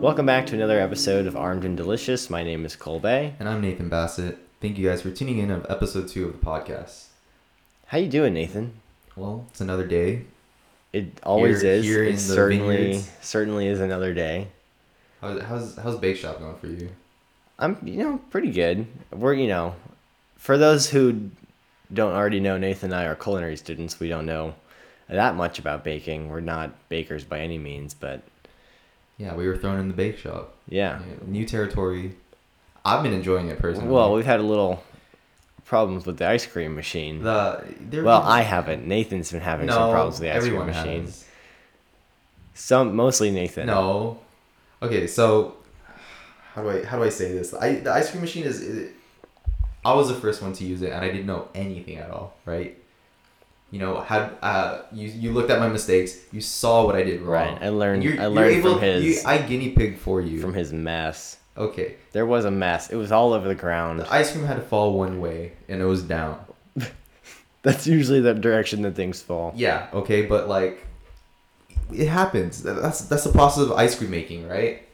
Welcome back to another episode of Armed and Delicious. My name is Colby. And I'm Nathan Bassett. Thank you guys for tuning in of episode two of the podcast. How you doing, Nathan? Well, it's another day. It always Here- is. here in it the certainly vineyards. certainly is another day. How's how's, how's bake shop going for you? I'm you know pretty good. We're you know, for those who don't already know, Nathan and I are culinary students. We don't know that much about baking. We're not bakers by any means, but Yeah, we were thrown in the bake shop. yeah. Yeah, New territory. I've been enjoying it personally. Well, we've had a little problems with the ice cream machine. the there well, I haven't. Nathan's been having no some problems with the ice cream everyone machine. has. Some mostly Nathan. No. Okay, so how do I how do I say this? I the ice cream machine is. It, I was the first one to use it, and I didn't know anything at all. Right. You know, had uh, you you looked at my mistakes. You saw what I did wrong. Right, I learned- You're- I you're learned from you- his- I guinea pig for you. From his mess. okay, There was a mess. It was all over the ground. the ice cream had to fall one way, and it was down. That's usually the direction that things fall. Yeah. Okay, but like, it happens. That- That's that's the process of ice cream making, right?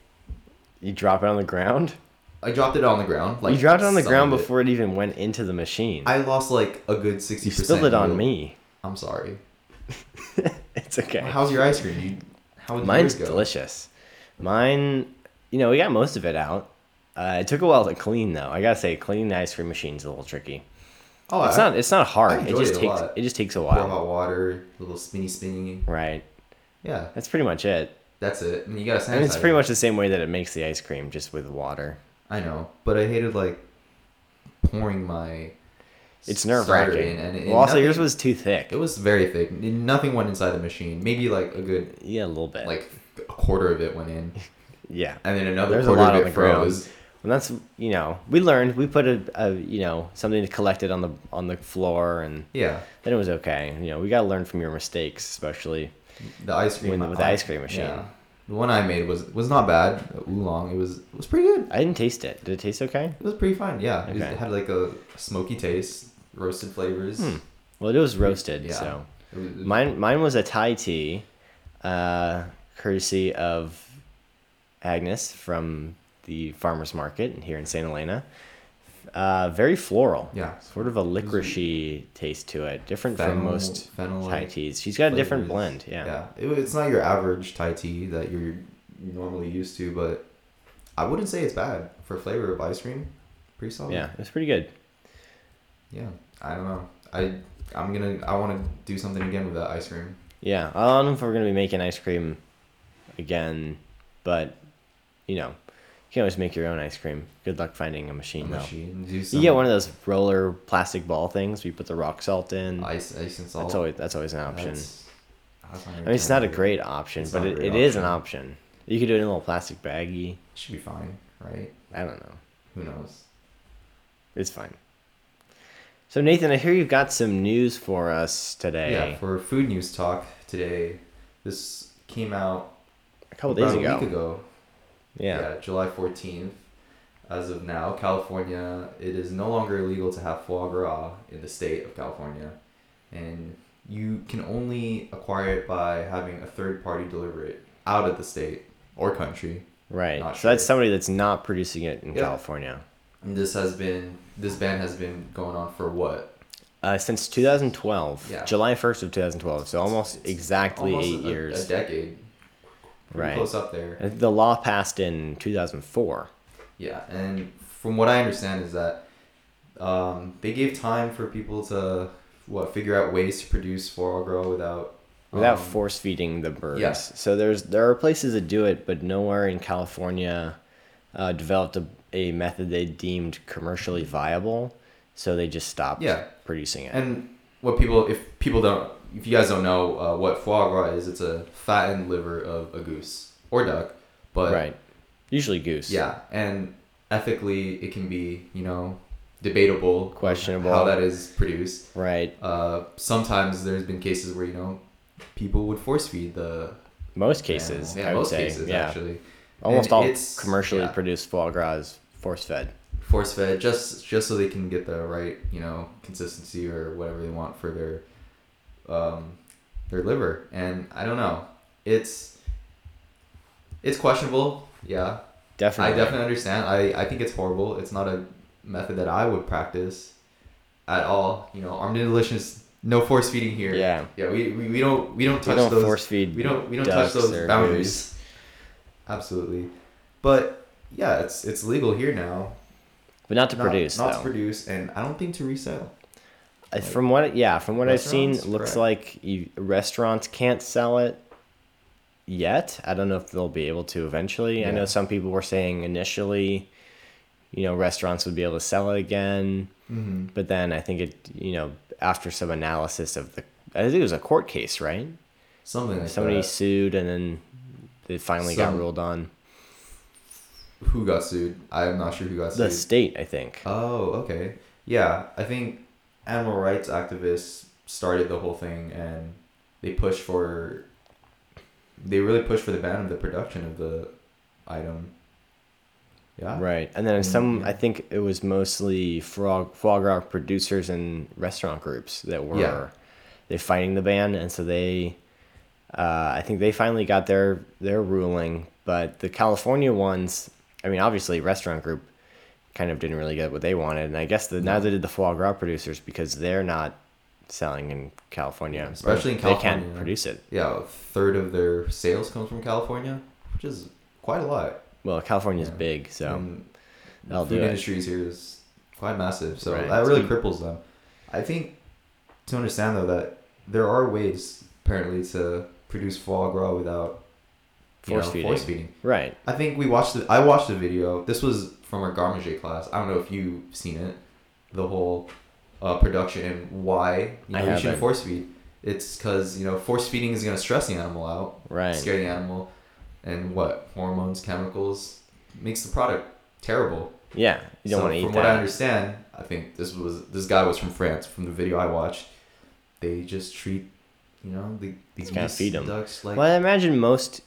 You drop it on the ground. I dropped it on the ground. Like you dropped it on the some ground of it. before it even went into the machine. I lost like a good sixty you percent. spilled it on me. I'm sorry. it's okay. How's your ice cream? You, how did Mine's yours go? delicious. Mine, you know, we got most of it out. Uh, it took a while to clean though. I gotta say, cleaning the ice cream machine's a little tricky. Oh, it's I- not. It's not hard. it enjoyed just it a takes. lot. It just takes a pour while. hot water, little spinny spinny. Right. Yeah, That's pretty much it. that's it. And you gotta sanitize. And it's pretty it. much the same way that it makes the ice cream, just with water. I know, but I hated like pouring my. It's starter nerve wracking. in, and it- Well, also yours nothing- was too thick. It was very thick. Nothing went inside the machine. Maybe like a good Yeah, a little bit. like a quarter of it went in, yeah. and then another There's a quarter lot of on it the ground. froze. And that's you know we learned we put a, a you know something collected on the on the floor and Yeah, then it was okay. You know we gotta learn from your mistakes, especially the ice cream When- with the ice cream machine. The one I made was was not bad. Oolong. It was it was pretty good. I didn't taste it. Did it taste okay? It was pretty fine, yeah. It was- Okay. It had like a smoky taste, roasted flavors. Hmm. Well, it was roasted, Yeah. so It was- mine mine was a Thai tea, uh, courtesy of Agnes from the farmers market here in St. Helena. Uh, very floral. Yeah. Sort of a licoricey taste to it, different from Fennel- most fennel Thai teas. She's got a different blend. flavors. Yeah. It wa- it's not your average Thai tea that you're normally used to, but I wouldn't say it's bad for flavor of ice cream. Pretty solid. Yeah, it was pretty good. Yeah. I don't know. I I'm gonna I want to do something again with that ice cream. Yeah, I don't know if we're gonna be making ice cream again, but you know, you can always make your own ice cream. Good luck finding a A machine though. machine. Do You some get one of those roller plastic ball things where you put the rock salt in. ice ice and salt. That's always that's always an option. That's- that's I mean, it's not a great option, It's but not a it, it great is an option. You could do it in a little plastic baggie. Should be fine, right? I don't know. Who knows? It's fine. So Nathan, I hear you've got some news for us today. Yeah, for food news talk today, this came out a couple about days a ago. week ago. Yeah. July 14th. As of now, California, it is no longer illegal to have foie gras in the state of California, and you can only acquire it by having a third party deliver it out of the state or country. right. Not So that's sure. somebody that's not producing it in Yeah. California. And this has been this ban has been going on for what Uh, since 2012, Yeah. July 1st of 2012, so almost it's exactly almost eight a, years. a decade, pretty Right. Uh, close up there. the law passed in 2004. Yeah, and from what I understand is that um, they gave time for people to what figure out ways to produce foie gras without without um, force feeding the birds. yeah. So there's there are places that do it, but nowhere in California uh, developed a, a method they deemed commercially viable. So they just stopped Yeah. producing it. And what people, if people don't, if you guys don't know uh, what foie gras is, it's a fattened liver of a goose or duck, but right. Usually goose. uh, yeah, and ethically it can be you know debatable, Questionable. how that is produced. Right. Uh, sometimes there's been cases where you know people would force feed the Most cases, animal. I would say. yeah. actually Almost And all it's- commercially yeah. produced foie gras is force fed. force fed just just so they can get the right you know consistency or whatever they want for their um, their liver and I don't know it's it's questionable Yeah, I Definitely. definitely understand. I, I think it's horrible. It's not a method that I would practice at all. You know, armed and delicious, no force feeding here. Yeah. Yeah, we, we, we don't we don't We touch don't those force feed. we don't we don't touch ducks those or boundaries. goose. Absolutely. But yeah, it's it's legal here now. But not to Not- produce Not though. to produce and I don't think to resell. Uh, from what yeah, from what I've seen, Restaurants? looks Right. like you, restaurants can't sell it yet. I don't know if they'll be able to eventually. I Yeah. know some people were saying initially, you know, restaurants would be able to sell it again, Mm-hmm. but then I think it, you know, after some analysis of the I think it was a court case, right? Something like Somebody that. sued and then they finally Some- got ruled on. Who got sued? I'm not sure who got The sued. state, I think. Oh, okay. Yeah, I think animal rights activists started the whole thing and they pushed for they really pushed for the ban of the production of the item. Yeah. Right, and then Mm, some. yeah. I think it was mostly frog foie gras producers and restaurant groups that were Yeah. they fighting the ban, and so they, uh, I think they finally got their their ruling. But the California ones, I mean, obviously, restaurant group kind of didn't really get what they wanted, and I guess the, neither did the foie gras producers because they're not selling in California, Especially in They can't California. produce it. Yeah, a third of their sales comes from California, which is quite a lot. Well, California's Yeah. big, so And that'll food do it. industries here is quite massive, so Right. that really cripples them. I think to understand though that there are ways apparently to produce foie gras without you know, Force feeding. force feeding. right. I think we watched the. I watched the video. This was from our garmager class. I don't know if you've seen it, the whole uh, production and why you I know you shouldn't haven't. force feed. It's because you know force feeding is gonna stress the animal out, Right. scare the animal, and what hormones, chemicals makes the product terrible. Yeah, you don't So want to eat From that. what I understand, I think this was this guy was from France. From the video I watched, they just treat you know the, these Just kinda geese feed and 'em. ducks like well, I imagine most.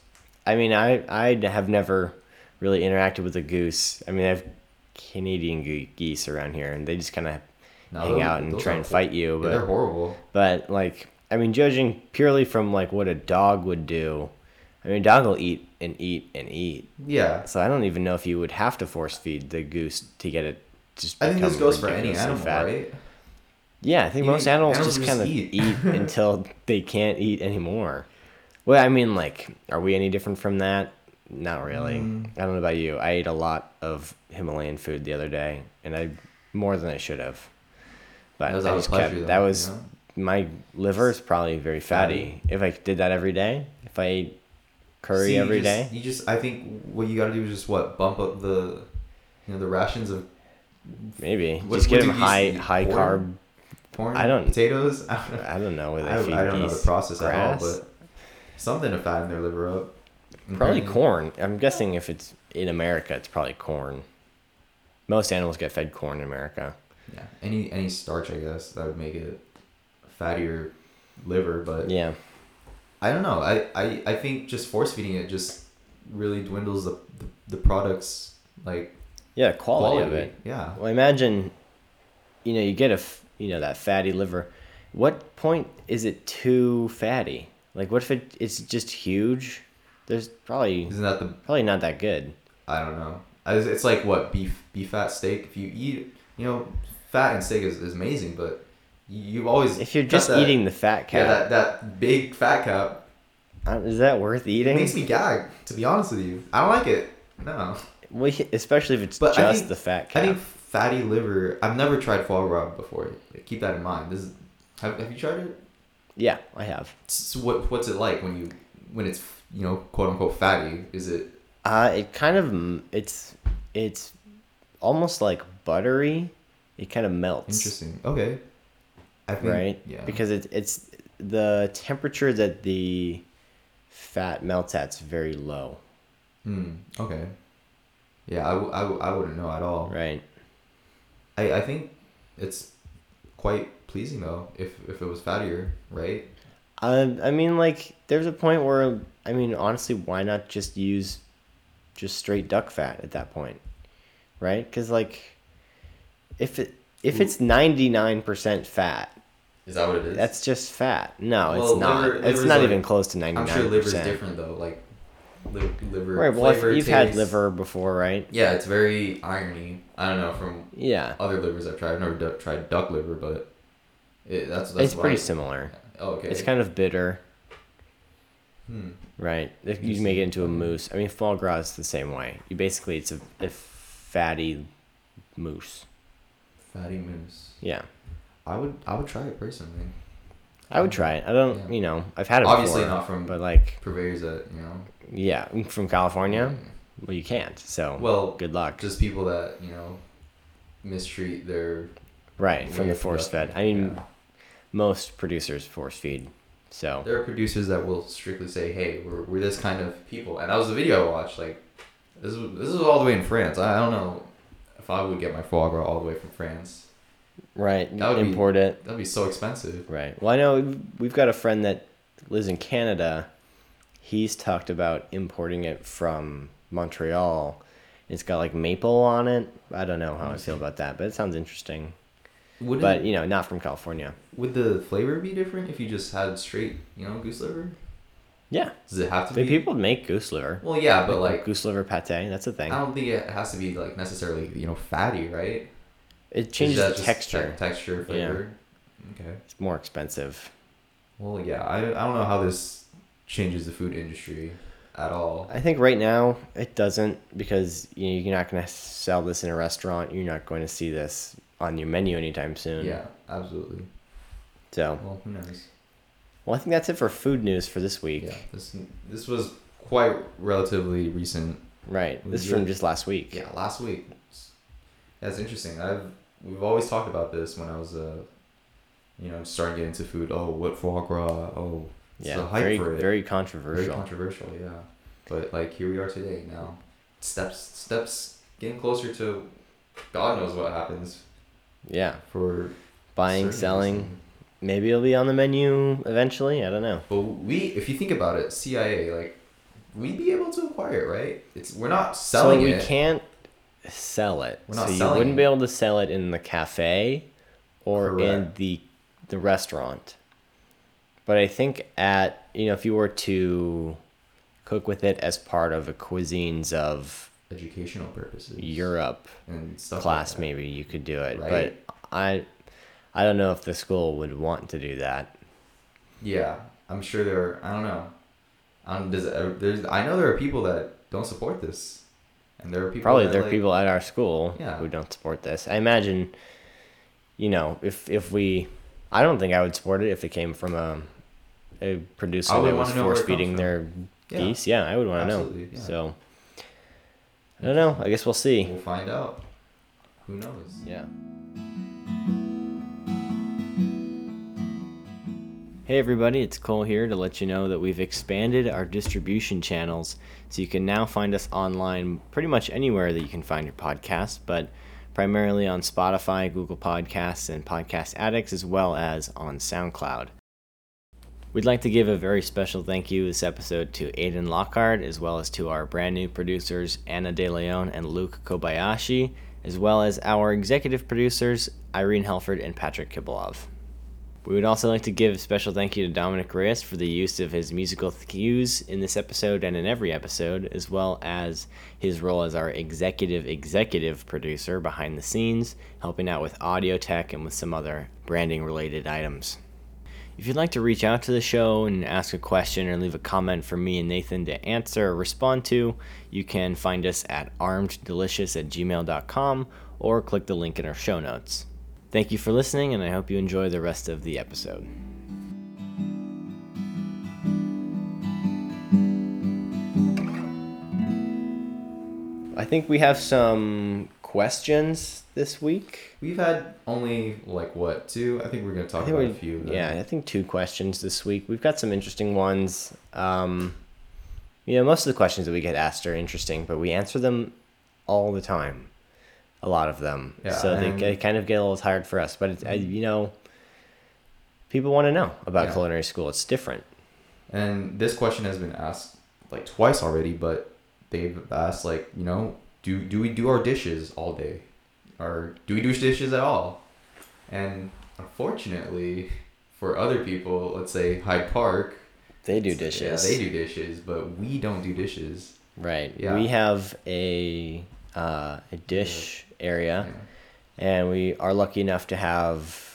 I mean, I I have never really interacted with a goose. I mean, I have Canadian ge- geese around here, and they just kind of No, hang those- out and those try are and hor- fight you. yeah, But they're horrible. but like, I mean, judging purely from like what a dog would do, I mean, a dog will eat and eat and eat. Yeah, So I don't even know if you would have to force feed the goose to get it. Just I think this become goes for any ridiculously animal, fat. right? Yeah, I think You- most animals, animals just just kind of eat. eat. until they can't eat anymore. Well, I mean, like, are we any different from that? Not really. Mm. I don't know about you. I ate a lot of Himalayan food the other day, and I more than I should have. But That was I out of just pleasure, kept. though, that was you know? my liver is probably very fatty. If I did that every day, if I ate curry See, you every just- day, You just, I think, what you got to do is just what bump up the, you know, the rations of maybe What- just what get do them you high eat? high Corn? carb. corn, I don't- potatoes. I don't, know. I don't know whether I, they feed I don't know geese the process grass. at all, but something to fatten their liver up. Mm-hmm. Probably Apparently. corn. I'm guessing if it's in America, it's probably corn. Most animals get fed corn in America. Yeah, any any starch, I guess, that would make it a fattier liver, but Yeah. I don't know. I, I, I think just force feeding it just really dwindles the, the, the products like Yeah, quality, of it. Yeah. Well, imagine, you know, you get a, f- you know, that fatty liver. What point is it too fatty? Like, what if it, it's just huge? There's probably Isn't that the probably not that good. I don't know. I- It's it's like what beef beef fat steak. If you eat, you know, fat and steak is, is amazing, but you always If you're got just that- eating the fat yeah cat, that that big fat cap. is that worth It eating? makes me gag. To be honest with you, I don't like it. No, Well, especially if it's But I just think- the fat I cat. think fatty liver. I've never tried foie gras before. Keep that in mind. This is, have, have you tried it? yeah, I have. S what what's it like when you when it's you know quote unquote fatty? Is it Uh, it kind of m- it's it's almost like buttery. It kind of melts, interesting? Okay, I think right? Yeah, Because it's it's the temperature that the fat melts at's very low, Hmm, okay. Yeah, I, w- I, w- I wouldn't know at all. right? I, I think it's quite pleasing though if, if it was fattier, right? I Um, I mean like there's a point where I mean honestly why not just use just straight duck fat at that point, right? Because like if it if it's ninety nine percent fat, Is that what it is? That's just fat. No, Well, it's not. liver- it's liver's not like- even close to ninety I'm nine sure liver's percent. different though. Like li- liver Right. Well, if flavor, you've had taste. liver before, right? Yeah, it's very irony. I don't know from Yeah. other livers I've tried. I've never du- tried duck liver, but it, that's that's It's pretty why- similar. Oh, okay. It's kind of bitter, Hmm. right? If you make it into a mousse. I mean, foie gras is the same way. You basically it's a, a fatty mousse. fatty mousse. Yeah. I would I would try it personally. I would try it. I don't, Yeah. you know, I've had it Obviously before, not from but like, purveyors that you know. yeah, from California, well, you can't. So, Well, good luck. just people that you know mistreat their right from way the of force fed. production. I mean, Yeah. most producers force feed. So, there are producers that will strictly say, "Hey, we're, we're this kind of people," and that was the video I watched. Like, this is this is all the way in France. I, I don't know if I would get my foie gras all the way from France. right, That would be- import it. That'd be so expensive. Right. Well, I know we've got a friend that lives in Canada. He's talked about importing it from Montreal. It's got like maple on it. I don't know how I feel about that, but it sounds interesting. Would But it, you know, not from California. would the flavor be different if you just had straight, you know, goose liver? Yeah, Does it have to but be? people make goose liver. Well, yeah, but like, goose liver pate, that's a I thing. don't think it has to be like necessarily, you know, fatty, right? It Is changes that the just texture. te- texture, flavor. Okay. It's more expensive. Well, yeah, I, I don't know how this changes the food industry at all. I think right now it doesn't because you know, you're not going to sell this in a restaurant. You're not going to see this on your menu anytime soon. Yeah, absolutely. So, Well, who knows? well, I think that's it for food news for this week. Yeah, this this was quite relatively recent. Right. We This is do from it. just last week. Yeah, last week. That's interesting. I've we've always talked about this when I was uh, you know, starting to get into food. Oh, what foie gras? Oh, It's Yeah, the hype very, for it. very very controversial. controversial. Yeah, but like here we are today now. Steps steps getting closer to, God knows what happens yeah. for Buying, certain selling. reason. Maybe it'll be on the menu eventually. I don't know. But we, if you think about it, CIA like we'd be able to acquire it, right? It's we're not selling so we it. can't sell it. We're not so you selling wouldn't be it. able to sell it in the cafe or in Correct. the the restaurant. But I think at you know if you were to cook with it as part of a cuisines of Educational purposes. Europe and stuff class, like maybe you could do it. Right. But I I don't know if the school would want to do that. that. Yeah, I'm sure there. Are, I don't know. Um, does it- there's I know there are people that don't support this, and there are people Probably that, there are like- people at our school Yeah. who don't support this. I imagine, you know, if if we, I don't think I would support it if it came from a, a I producer would that was Oh, wanna know where it force feeding comes their Yeah. geese. Yeah, I would want to know. Absolutely, yeah. So, I don't know. I guess we'll see. We'll find out. Who knows? Yeah. Hey everybody, it's Cole here to let you know that we've expanded our distribution channels so you can now find us online pretty much anywhere that you can find your podcast, but primarily on Spotify, Google Podcasts, and Podcast Addicts, as well as on SoundCloud. We'd like to give a very special thank you this episode to Aidan Lockhart, as well as to our brand new producers Anna De Leon and Luke Kobayashi, as well as our executive producers Irene Helford and Patrick Kibalov. We would also like to give a special thank you to Dominic Reyes for the use of his musical cues in this episode and in every episode, as well as his role as our executive executive producer behind the scenes, helping out with audio tech and with some other branding related items. If you'd like to reach out to the show and ask a question or leave a comment for me and Nathan to answer or respond to, you can find us at armeddelicious at gmail.com or click the link in our show notes. Thank you for listening, and I hope you enjoy the rest of the episode. I think we have some questions this week. We've had only like what two? I think we're gonna talk I think about a we, few. of them. yeah, I think two questions this week. We've got some interesting ones. Um, you know, most of the questions that we get asked are interesting, but we answer them all the time, a lot of them. Yeah, so they, and- they kind of get a little tired for us. But it's, I, you know, people want to know about Yeah. culinary school. It's different. And this question has been asked like twice already, but they've asked like, you know, do do we do our dishes all day, or do we do dishes at all? And unfortunately, for other people, let's say Hyde Park, They do dishes. Yeah, they do dishes, but we don't do dishes. Right. Yeah. We have a uh, a dish area, Yeah. and we are lucky enough to have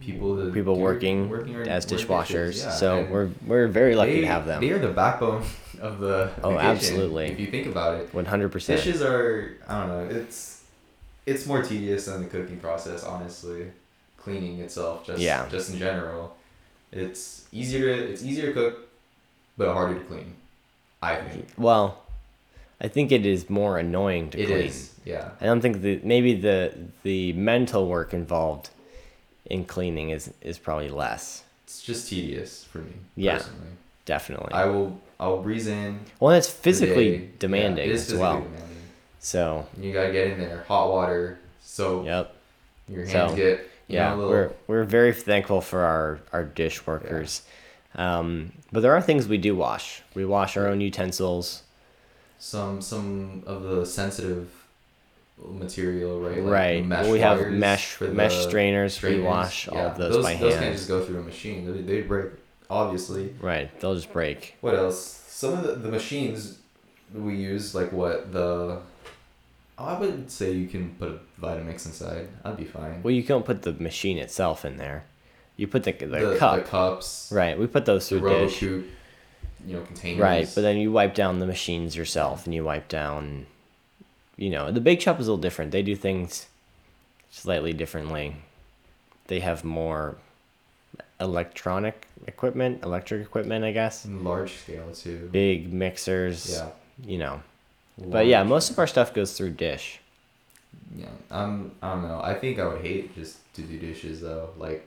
People that people do- working, or- as work dishwashers. dishes, yeah, So and we're we're very lucky they- to have them. They are the backbone of the. of Oh, the kitchen, absolutely. If you think about it, One hundred percent. dishes are I don't know. It's it's more tedious than the cooking process, honestly. Cleaning itself, just Yeah. just in general, it's easier to it's easier to cook, but harder to clean. I think Well, I think it is more annoying to it is. clean. Yeah. I don't think the maybe the the mental work involved in cleaning is is probably less. It's just tedious for me. Yeah. Personally. Definitely. I will. I'll breeze in. well, that's the physically day. demanding Yeah, it is as physically well. demanding. So, You gotta get in there, hot water, so yep. your So, hands get you Yeah, know, a little, we're we're very thankful for our our dish workers. Um, but there are things we do wash. We wash our own utensils. some some of the sensitive material, right? Like right. mesh we have wires mesh for mesh the strainers. strainers. We wash all Yeah, of those, those by Those hand. can't just go through a machine. They they break obviously. Right. They'll just break. What else? Some of the, the machines we use, like what the. I would say you can put a Vitamix inside. I'd be fine. Well, you don't put the machine itself in there. You put the the, the cup. the cups, Right. We put those the through dish. RoboCoop, you know, containers. Right. But then you wipe down the machines yourself, and you wipe down. You know, the bake shop is a little different. They do things slightly differently. They have more electronic equipment, electric equipment, I guess. In large scale too. Big mixers. Yeah. You know. But yeah, Large. most of our stuff goes through dish. Yeah, I'm. I don't know. I think I would hate just to do dishes though. Like,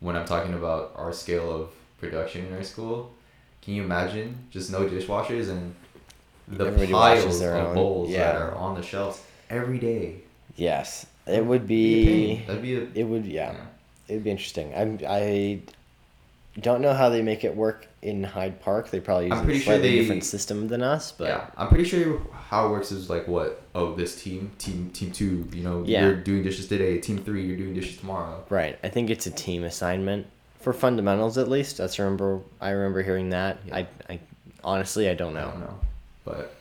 when I'm talking about our scale of production in our school, can you imagine just no dishwashers and the Everybody washes piles their of own. bowls Yeah. that are on the shelves every day? Yes, it would That'd be a be. pain. That'd be a It would E- yeah. It would be interesting. I'm I don't know how they make it work in Hyde Park. They probably use I'm a pretty sure slightly they- different system than us, but yeah, I'm pretty sure how it works is like what? Oh, this team, team, team two. You know, Yeah. you're doing dishes today. Team three, you're doing dishes tomorrow. right. I think it's a team assignment for fundamentals at least. That's remember I remember hearing that. Yeah. I I honestly I don't I don't know. know, but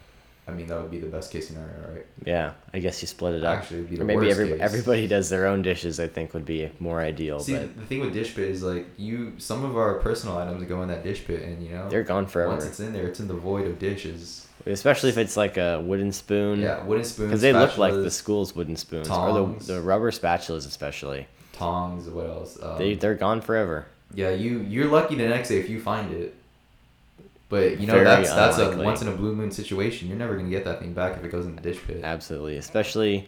I mean that would be the best case scenario, right? Yeah, I guess you split it up. Actually, it'd be the Or maybe worst every, case. everybody does their own dishes. I think would be more ideal, See, but the thing with dish pit is like you, some of our personal items go in that dish pit, and you know, they're gone once forever. it's in there, it's in the void of dishes. Especially if it's like a wooden spoon. Yeah, wooden spoons. Because Mm-hmm. they look like spatulas, the school's wooden spoons or tongs. the, the rubber spatulas, especially. tongs. What else? Um, They they're gone forever. yeah, you you're lucky the next day if you find it. But you know Very that's that's a unlikely. once in a blue moon situation. You're never gonna get that thing back if it goes in the dish pit. Absolutely, especially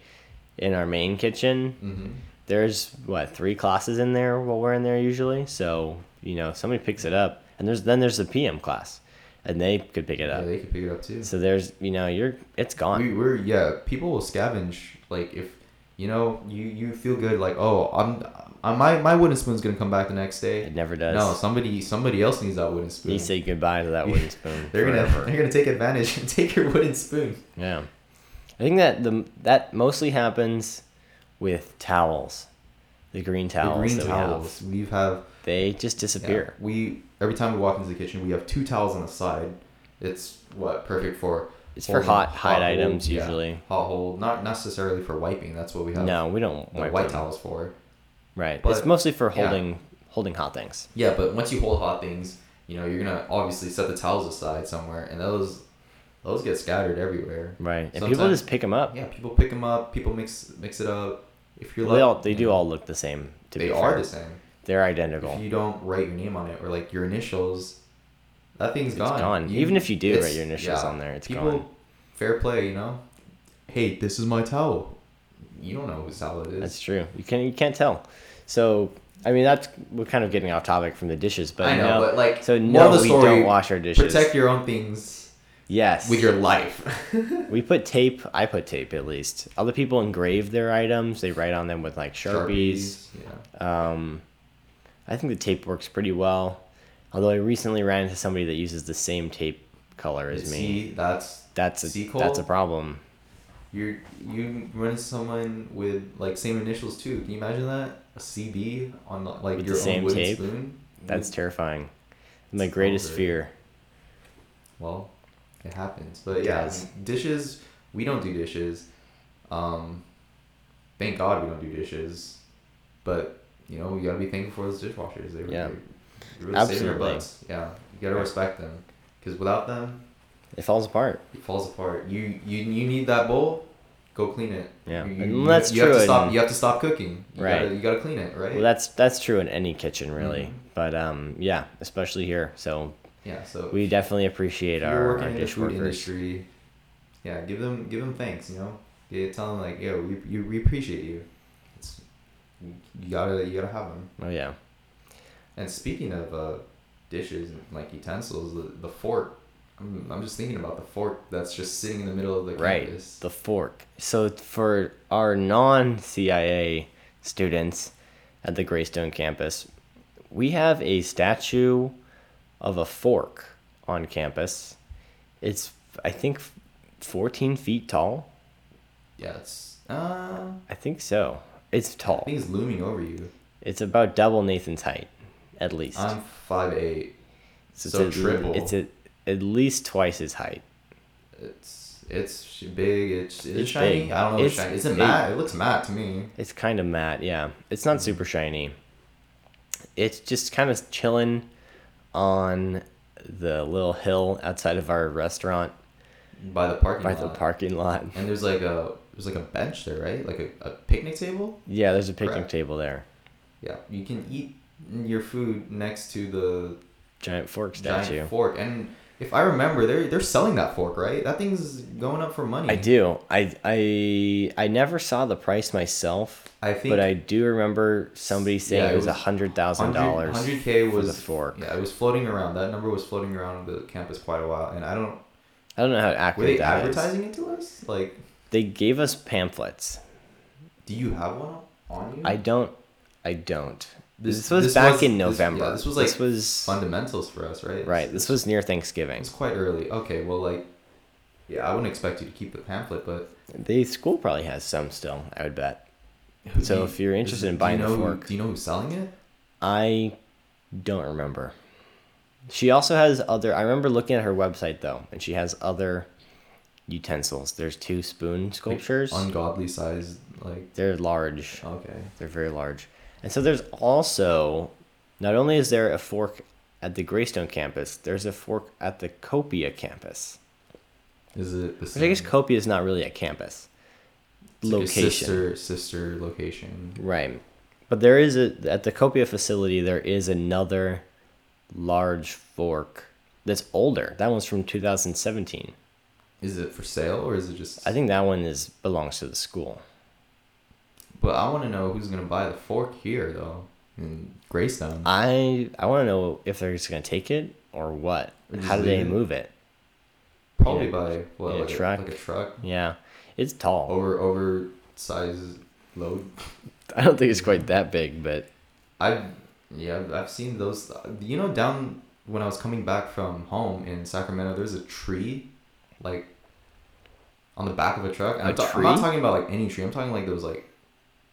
in our main kitchen. Mm-hmm. There's what three classes in there while we're in there usually. So you know somebody picks it up, and there's then there's the PM class, and they could pick it Yeah, up. they could pick it up too. So there's you know you're it's gone. We, we're yeah. People will scavenge like if you know you you feel good like oh I'm. I, my, my wooden spoon's gonna come back the next day. it never does. No, somebody somebody else needs that wooden spoon. you say goodbye to that wooden spoon. they're gonna forever. they're gonna take advantage and take your wooden spoon. Yeah, I think that the that mostly happens with towels, the green towels. the green that towels. We have We have. They just yeah, disappear. we every time we walk into the kitchen, we have two towels on the side. It's what perfect for. It's for holding- hot hot hold, items yeah. usually. Hot hold, not necessarily for wiping. That's what we have. No, we don't the wipe white them. towels for. Right. it's But- mostly for yeah. holding holding hot things. Yeah, but once you hold hot things, you know you're gonna obviously set the towels aside somewhere, and those those get scattered everywhere. Right. And people Sometimes- just pick them up. Yeah, people pick them up. People mix mix it up. If you're Well, they all luck- they do all look the same. To they be are fair. the same. They're If identical. you don't write your name on it or like your initials, that thing's It's gone. gone. Even if you do it's- write your initials on there, it's gone. Fair play, you know. Hey, this is my towel. You don't know whose towel it is. That's true. You can you can't tell. So I mean that's we're kind of getting off topic from the dishes, but I know, no, but like so moral no, of the we story, don't wash our dishes. Protect your own things yes, with your life. we put tape. I put tape at least. Other people engrave their items. They write on them with like sharpies. Yeah. Um, I think the tape works pretty well. Although I recently ran into somebody that uses the same tape color as me. See, that's That's a see, that's a Cole? problem. you're you run into someone with like same initials too. Can you imagine that? A CB on like With the your own same wooden tape? spoon. That's terrifying. My Mm. It's greatest over. fear. well, it happens. But yeah, does. dishes. We don't do dishes. Um, thank God we don't do dishes. But you know, you gotta be thankful for those dishwashers. They Yeah. Really, they really saving our Absolutely. butts. Yeah, you gotta respect them. Because without them, It falls apart. it falls apart. You you you need that bowl. Go clean it. Yeah. You, And you- that's you have true to stop. in- You have to stop cooking. You Right. Gotta, you gotta clean it. Right. Well, that's that's true in any kitchen, really. Mhm. But um, yeah, especially here. So yeah. So we definitely appreciate if you're our, working our in the dish food workers. industry, yeah, give them give them thanks. You know, yeah, tell them like, yo, we, you, we appreciate you. It's, you gotta you gotta have them. Oh yeah, And speaking of uh, dishes and like utensils, the, the fork. I'm, I'm just thinking about the fork that's just sitting in the middle of the right. canvas. The fork. So for our non-CIA students at the Greystone campus, we have a statue of a fork on campus. It's I think 14 feet tall. Yeah, it's uh, I think so. It's I tall. think it's looming over you. It's about double Nathan's height, at least. I'm five eight. So, So it's at- triple. It's at, at least twice his height. It's it's sh- big. It's is it It's shiny. big. I don't know. It's, It's shiny. Is it big. matte? It looks matte to me. It's kind of matte, yeah. It's Mm-hmm. not super shiny. It's just kind of chilling on the little hill outside of our restaurant By the parking by lot. the parking lot. And there's like a there's like a bench there, right? Like a, a picnic table. Yeah, there's a picnic Correct. table there. Yeah, you can eat your food next to the Giant fork giant statue. fork. And if I remember, they're they're selling that fork, right? That thing's going up for money. I do. I I I never saw the price myself, I think. but I do remember somebody saying Yeah, it it was a was hundred thousand dollars. Hundred k for was the fork. Yeah, it was floating around. That number was floating around the campus quite a while, and I don't. I don't know how Were accurate they that is. advertising it to us? Like, They gave us pamphlets. do you have one on you? I don't. I don't. This, This- was this back was- in this- yeah, November. this was, like, this was fundamentals for us, right? right. This was near Thanksgiving. It's quite early. Okay, well, like, yeah, I wouldn't expect you to keep the pamphlet, but The school probably has some still. I would bet. Who- So do you- if you're interested in do you buying the know- fork- do you know who's selling it? I don't remember. She also has other. I remember looking at her website though, and she has other utensils. There's two spoon sculptures. Ungodly size, like They're large. okay. They're very large. And so there's also, not only is there a fork at the Greystone campus, there's a fork at the Copia campus. Is it the Which same? I guess Copia is not really a campus Um, it's like a location, sister, sister location. right? But there is a at the Copia facility. There is another large fork that's older. That one's from 2017. Is it for sale or is it just? I think that one is belongs to the school. But I want to know who's gonna buy the fork here though. In Greystone. I I want to know if they're just gonna take it or what. Or just How do they leave it. move it? Probably yeah, by what yeah, like, truck. A, like a truck Yeah, it's tall. over oversized load. I don't think it's quite that big, but I've yeah I've seen those. You know down when I was coming back from home in Sacramento, there's a tree, like. On the back of a truck. And A I'm, ta- I'm not tree? talking about like any tree. I'm talking like those like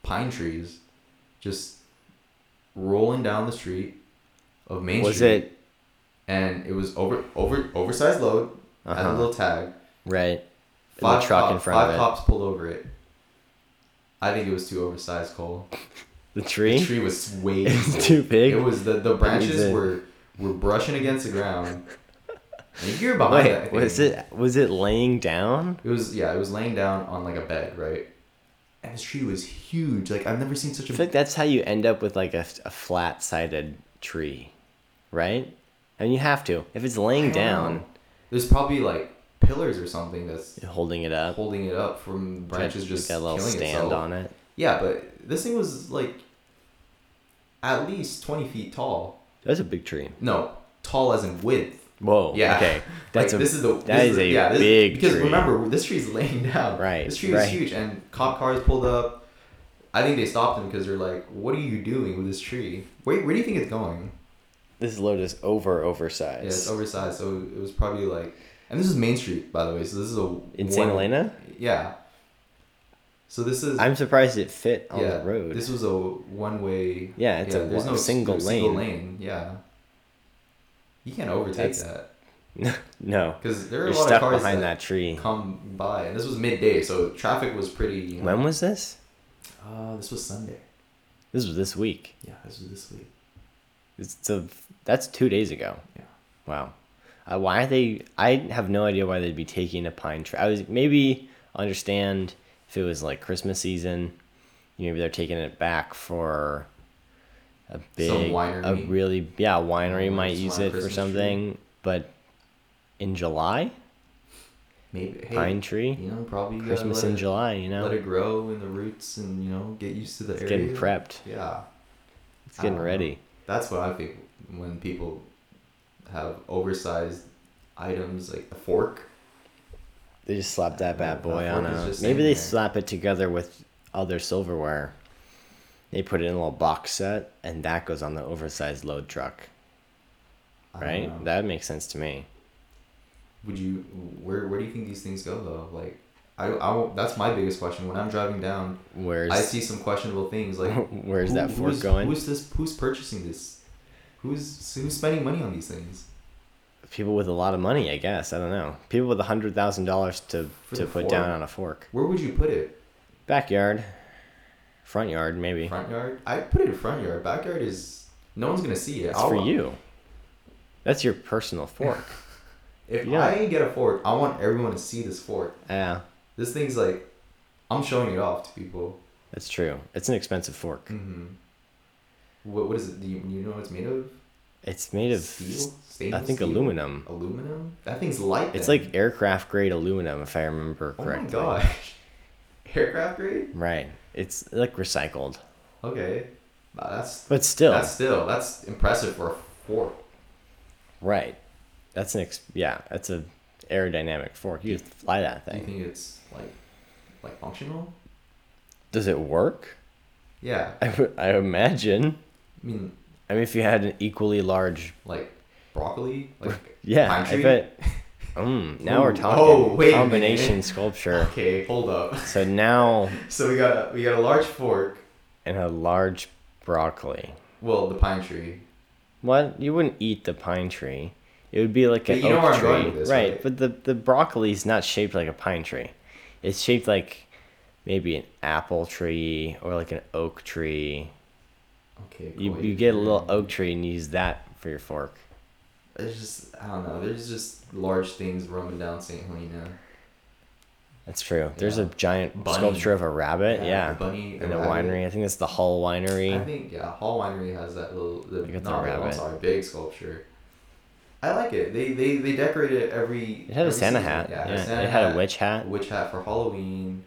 pine trees, just rolling down the street of Main was Street. it And it was over over oversized load. Had a Uh-huh. little tag. right? And the truck in front five of it. cops pulled over it. I think it was too oversized, Cole. The The tree? tree was way It was too big. It was the, the it. branches were were brushing against the ground. And you're behind Wait, that was thing. it was it laying down? It was yeah. It was laying down on like a bed, right? And this tree was huge. Like I've never seen such I a. feel like that's how you end up with like a, a flat sided tree, right? I mean, you have to if it's laying I don't down, know. There's probably like pillars or something that's holding it up. holding it up from got- branches just got a little killing stand itself. on it. Yeah, but this thing was like at least twenty feet tall. That's a big tree. No, tall as in width. Whoa. Yeah. Okay. That's Like, a this is the that this is a yeah, this- big because tree. remember this tree's laying down. Right, This tree was right. huge, and cop cars pulled up. I think they stopped him because they're like, "What are you doing with this tree? Where where do you think it's going?" this load is over oversized. Yeah, it's oversized, so it was probably like, and this is Main Street by the way, so this is a In Santa one- Elena, Yeah. So this is I'm surprised it fit on yeah, the road. This was a one way. Yeah, it's a one- single Single lane. lane. Yeah. You can't overtake That's- that. No. Because there are You're a lot of stuck cars behind that, that tree. come by, and this was midday, so traffic was pretty. When was this? Uh, this was Sunday. This was this week. Yeah, this was this week. It's so that's two days ago. Yeah. Wow. Uh, why are they? I have no idea why they'd be taking a pine tree. I was maybe understand if it was like Christmas season. Maybe they're taking it back for a big, a winery. really yeah a winery Winery might just use want a it for Christmas something, but in July Maybe hey, pine tree You know, probably gotta Christmas let in it, July. You know, Let it grow in the roots, and you know, get used to the it's area. getting prepped. Yeah, It's getting Uh, ready. that's what I think when people have oversized items like a fork. They just slap that Yeah, bad boy that on fork is a. just Maybe in they there. slap it together with other silverware. They put it in a little box set, and that goes on the oversized load truck, I don't right? know. That makes sense to me. Um, Would you where Where do you think these things go though? Like, I, I won't- that's my biggest question. When I'm driving down, Where's I see some questionable things like where's that Who- fork who's, going? Who's this? Who's purchasing this? Who's who's spending money on these things? People with a lot of money, I guess. I don't know. People with a hundred thousand dollars to For to the put fork? down on a fork. Where would you put it? Backyard, front yard, maybe. Front yard? I put it in front yard. Backyard is no one's gonna see it. It's I'll- for you. That's your personal fork. If Yeah. I get a fork, I want everyone to see this fork. yeah, This thing's like, I'm showing it off to people. that's true. It's an expensive fork. Mm-hmm. What what is it? Do you, you know what it's made of? It's made of Steel. I Stainless think steel? aluminum. Aluminum. That thing's light. It's then. like aircraft grade aluminum, if I remember Oh my correctly. gosh. Aircraft grade. Right. It's like recycled, Okay. Wow, that's but still, That's still that's impressive for a fork. right. That's an ex- yeah. That's a aerodynamic fork. You just fly that Do you thing. think it's like like functional? Mm-hmm. Does it work? Yeah. I, w- I imagine. I mean, I mean, if you had an equally large, like broccoli, like yeah, pine I tree. bet. Mm, now we're Ooh, talking oh, wait a combination minute. sculpture. Okay, hold up. So now, So we got a, we got a large fork. and a large broccoli. Well, the pine tree. What you wouldn't eat the pine tree. It would be like But an you know where oak I'm going tree, with this, right, right? But the the broccoli's not shaped like a pine tree. It's shaped like maybe an apple tree or like an oak tree. Okay. You cool. you get a little oak tree and use that for your fork. It's just I don't know. There's just large things roaming down St. Helena. That's true. There's a Yeah. giant Bunny. sculpture of a rabbit. the Yeah, bunny in a rabbit. winery. I think that's the Hull I Winery. think yeah, Hall Winery has that little the They got the not little, I'm rabbit. sorry, big sculpture. I like it. They they they decorate it every. It had a every Santa season. hat. Yeah, Yeah, a Santa it had hat, a witch hat. Witch hat for Halloween.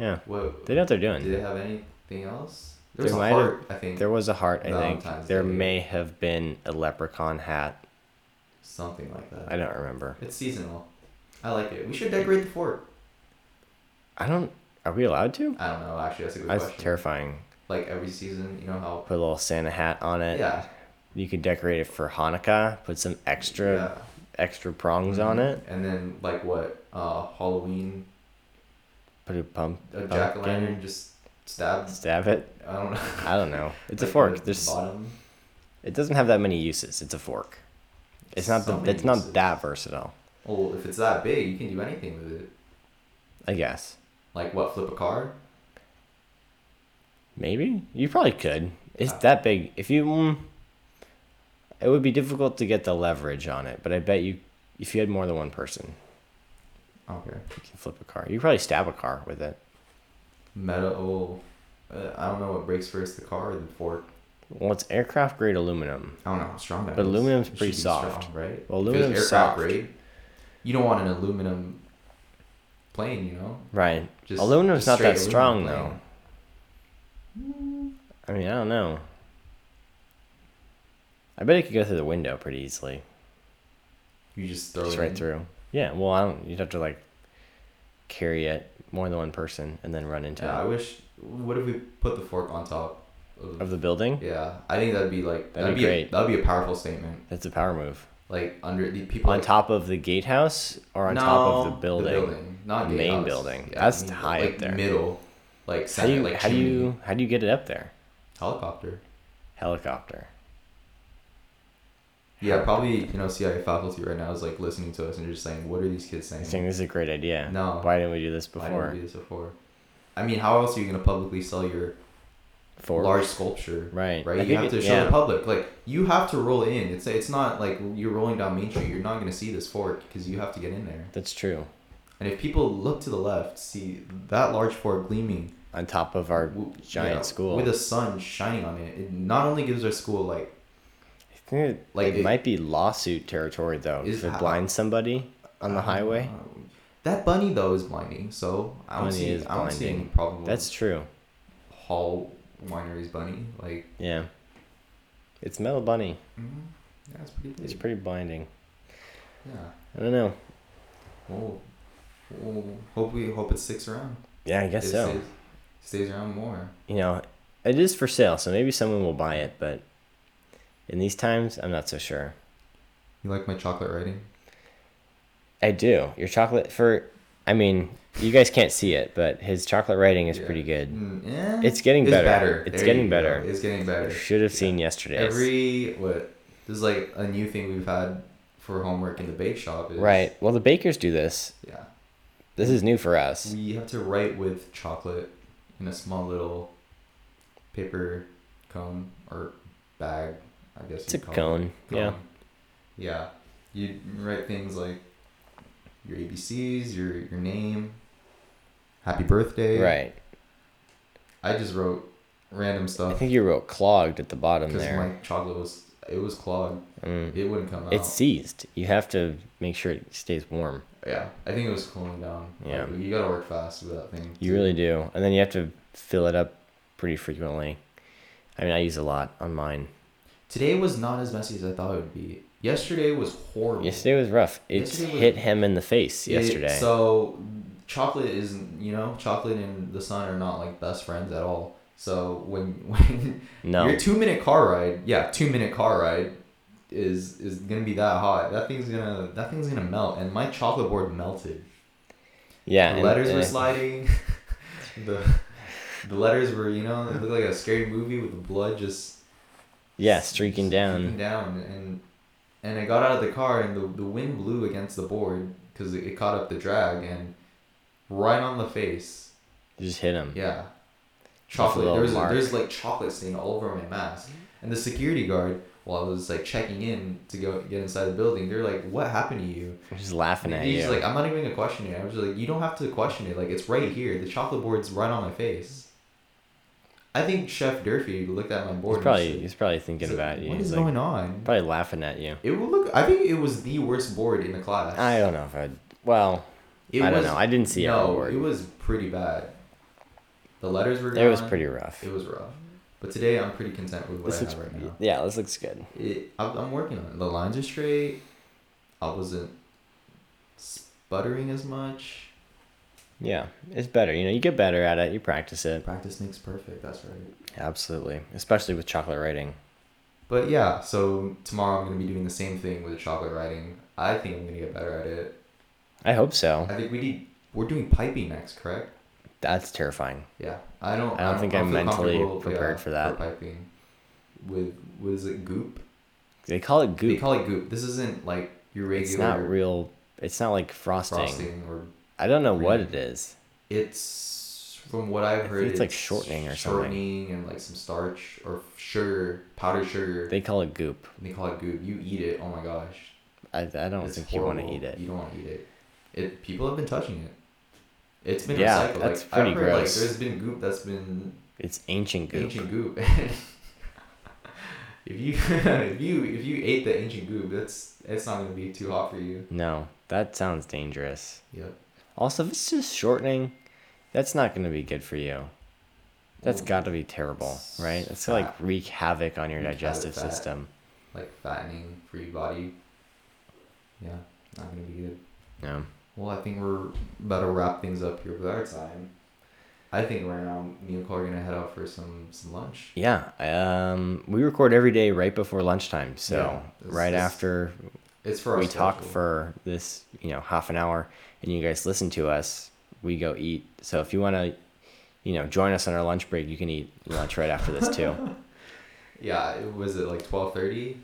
Yeah, What they know what they're did doing. they have anything else? There There was might a heart, I think. There was a heart. I think Valentine's there Day. may have been a leprechaun hat. something like that. I don't remember. It's seasonal. I like it. We should decorate the fort. I don't. Are we allowed to? I don't know. Actually, that's a good That's question. terrifying. like every season, you know how. Put a little Santa hat on it. Yeah. You could decorate it for Hanukkah. Put some extra yeah. Mm-hmm. extra prongs on it. And then like what? Uh, Halloween, Put a pump. a pumpkin, jack o' lantern just stabs. Stab it. I don't know. I don't know. It's a Like, fork. the There's. bottom. It doesn't have that many uses. It's a fork. It's not. So the, many it's not uses. that versatile. Well, if it's that big, you can do anything with it. I guess. Like what? Flip a car? Maybe you probably could. It's Uh, that big. If you. Mm, it would be difficult to get the leverage on it, but I bet you, if you had more than one person, Okay. you can flip a car. You could probably stab a car with it. Metal. Uh, I don't know what breaks first, the car or the fork. Well, it's aircraft grade aluminum. I don't know how strong that But is. aluminum's It should pretty be soft. strong, right? Well, If it was aluminum's aircraft soft. grade, you don't want an aluminum plane, you know. Right. Just Aluminum's just not straight that aluminum strong, plane. though. I mean, I don't know. I bet it could go through the window pretty easily. You just throw just it right in. through. Yeah, well, I don't. You'd have to, like, carry it more than one person and then run into Yeah, I it. wish. What if we put the fork on top of? Of the building? yeah, I think that'd be like That'd be be great. A, that'd be a powerful statement. That's a power move. Like under the people on like- top of the gatehouse or on top of the building? not The main gatehouse. building. That's main- high up like there. Middle, like How do center, you, like how do chimney. you how do you get it up there? helicopter? Helicopter. Yeah, probably you know CIA faculty right now is like listening to us and just saying, "What are these kids saying? I think this is a great idea. No. Why didn't we do this Why didn't before? we do this before?" I mean, how else are you gonna publicly sell your For large sculpture? Right. I Right, you think have it- to show the public. Like you have to roll in. It's it's not like you're rolling down Main Street. You're not gonna see this fork because you have to get in there. That's true. And if people look to the left, see that large fork gleaming On top of our w- giant yeah, school. with the sun shining on it, it not only gives our school like I think it, like, it, it- might be lawsuit territory though. Is If it ho- blinds somebody on the uh, highway, that bunny though is blinding, so I don't Bunny see is I don't see any blinding. problem. that's true. with Hall Winery's bunny. Like Yeah. It's Metal Bunny. mm, that's pretty big. It's pretty blinding. yeah. I don't know. Well, well, hope we hope it sticks around. Yeah, I guess it so. Stays, stays around more. You know, it is for sale, so maybe someone will buy it, but in these times, I'm not so sure. You like my chocolate writing? I do. Your chocolate for I mean, you guys can't see it, but his chocolate writing is Yeah. pretty good. Mm, eh, It's getting better. It's There getting you go. better. It's getting better. Should have seen yesterday's. Every what this is like a new thing we've had for homework in the bake shop. Is, right. Well, the bakers do this. Yeah. This is new for us. We have to write with chocolate in a small little paper cone or bag. I guess It's a you'd call it. cone. Yeah. Yeah. You write things like your ABCs, your your name, happy birthday. Right. I just wrote random I stuff think you wrote clogged at the bottom because my there. chocolate was it was clogged. Mm. It wouldn't come out. It's seized. You have to make sure it stays warm. Yeah, I think it was cooling down. Yeah. Like, you gotta work fast with that thing. You really do. And then you have to fill it up pretty frequently. I mean, I use a lot on mine. Today was not as messy as I thought it would be. Yesterday was horrible. Yesterday was rough. It Yesterday was- hit him in the face It- yesterday. so chocolate is you know chocolate and the sun are not like best friends at all. So when when no. your two minute car ride, yeah, two minute car ride is is gonna be that hot. That thing's gonna that thing's gonna melt. And my chocolate board melted. Yeah. The and- eh. letters and were I- sliding. the the letters were you know it looked like a scary movie with the blood just Yeah, streaking Streaking down. down, and and I got out of the car, and the, the wind blew against the board because it, it caught up the drag, and right on the face, Just hit him. yeah, Left a chocolate. little There was mark. there's like chocolate stain all over my mask, and the security guard while I was like checking in to go get inside the building, they're like, "What happened to you?" Just laughing at And he's you. just like, "I'm not even gonna question it." I was like, "You don't have to question it. Like it's right here. The chocolate board's right on my face." I think Chef Durfee looked at my he's board. and probably said, he's probably thinking so about you. What He's is like, going on? probably laughing at you. It will look. I think it was the worst board in the class. I don't know if I. Well, It I don't know. I didn't see our no, board. it was pretty bad. The letters were. Gone. it was pretty rough. It was rough. But today I'm pretty content with what This I looks have right now. yeah, this looks good. It, I'm, I'm working on it. The lines are straight. I wasn't sputtering as much. Yeah, it's better. You know, you get better at it. You practice it. Practice makes perfect. That's right. Absolutely, especially with chocolate writing. But yeah, so tomorrow I'm gonna be doing the same thing with the chocolate writing. I think I'm gonna get better at it. I hope so. I think we need. We're doing piping next, correct? That's terrifying. Yeah, I don't. I don't think I'm feel mentally comfortable, prepared for that. piping. With was it goop? They call it They goop. call it goop. This isn't like your regular it's not real. It's not like frosting. frosting. or I don't know what Really? it is. it's from what I've think heard. it's like shortening or something. Shortening and like some starch or sugar, powdered sugar. They call it goop. and they call it goop. You eat it. Oh my gosh. I, I don't It's think you horrible. want to eat it. You don't want to eat it. It people have been touching it. It's been Yeah, recycled. that's like, pretty I've heard, gross. Like, there's been goop that's been It's ancient goop. ancient goop. if you if you if you ate the ancient goop, that's it's not gonna be too hot for you. No, that sounds dangerous. Yep. Also, if it's just shortening, that's not going to be good for you. That's Well, got to be terrible, right? That's gonna, like wreak havoc on your Wreak digestive havoc, fat. system. Like fattening for your body. Yeah, not gonna be good. No. Well, I think we're about to wrap things up here with our time. I think right now me and Cole are gonna head out for some some lunch. Yeah. Um, we record every day right before lunchtime, so Yeah, this- right this- after It's for our we talk schedule. for this, you know, half an hour, and you guys listen to us. We go eat. So if you want to, you know, join us on our lunch break, you can eat lunch right after this too. Yeah, it was it like twelve thirty?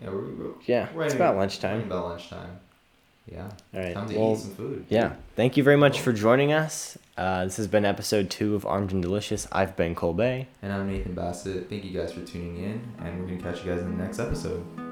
Yeah, we're, we're Yeah, right it's in- about right lunchtime. about lunchtime. Yeah. All right. Time to well, eat some food. yeah. Thank you very much for joining us. Uh, this has been episode two of Armed and Delicious. I've been Cole Bay. And I'm Nathan Bassett. Thank you guys for tuning in, and we're going to catch you guys in the next episode.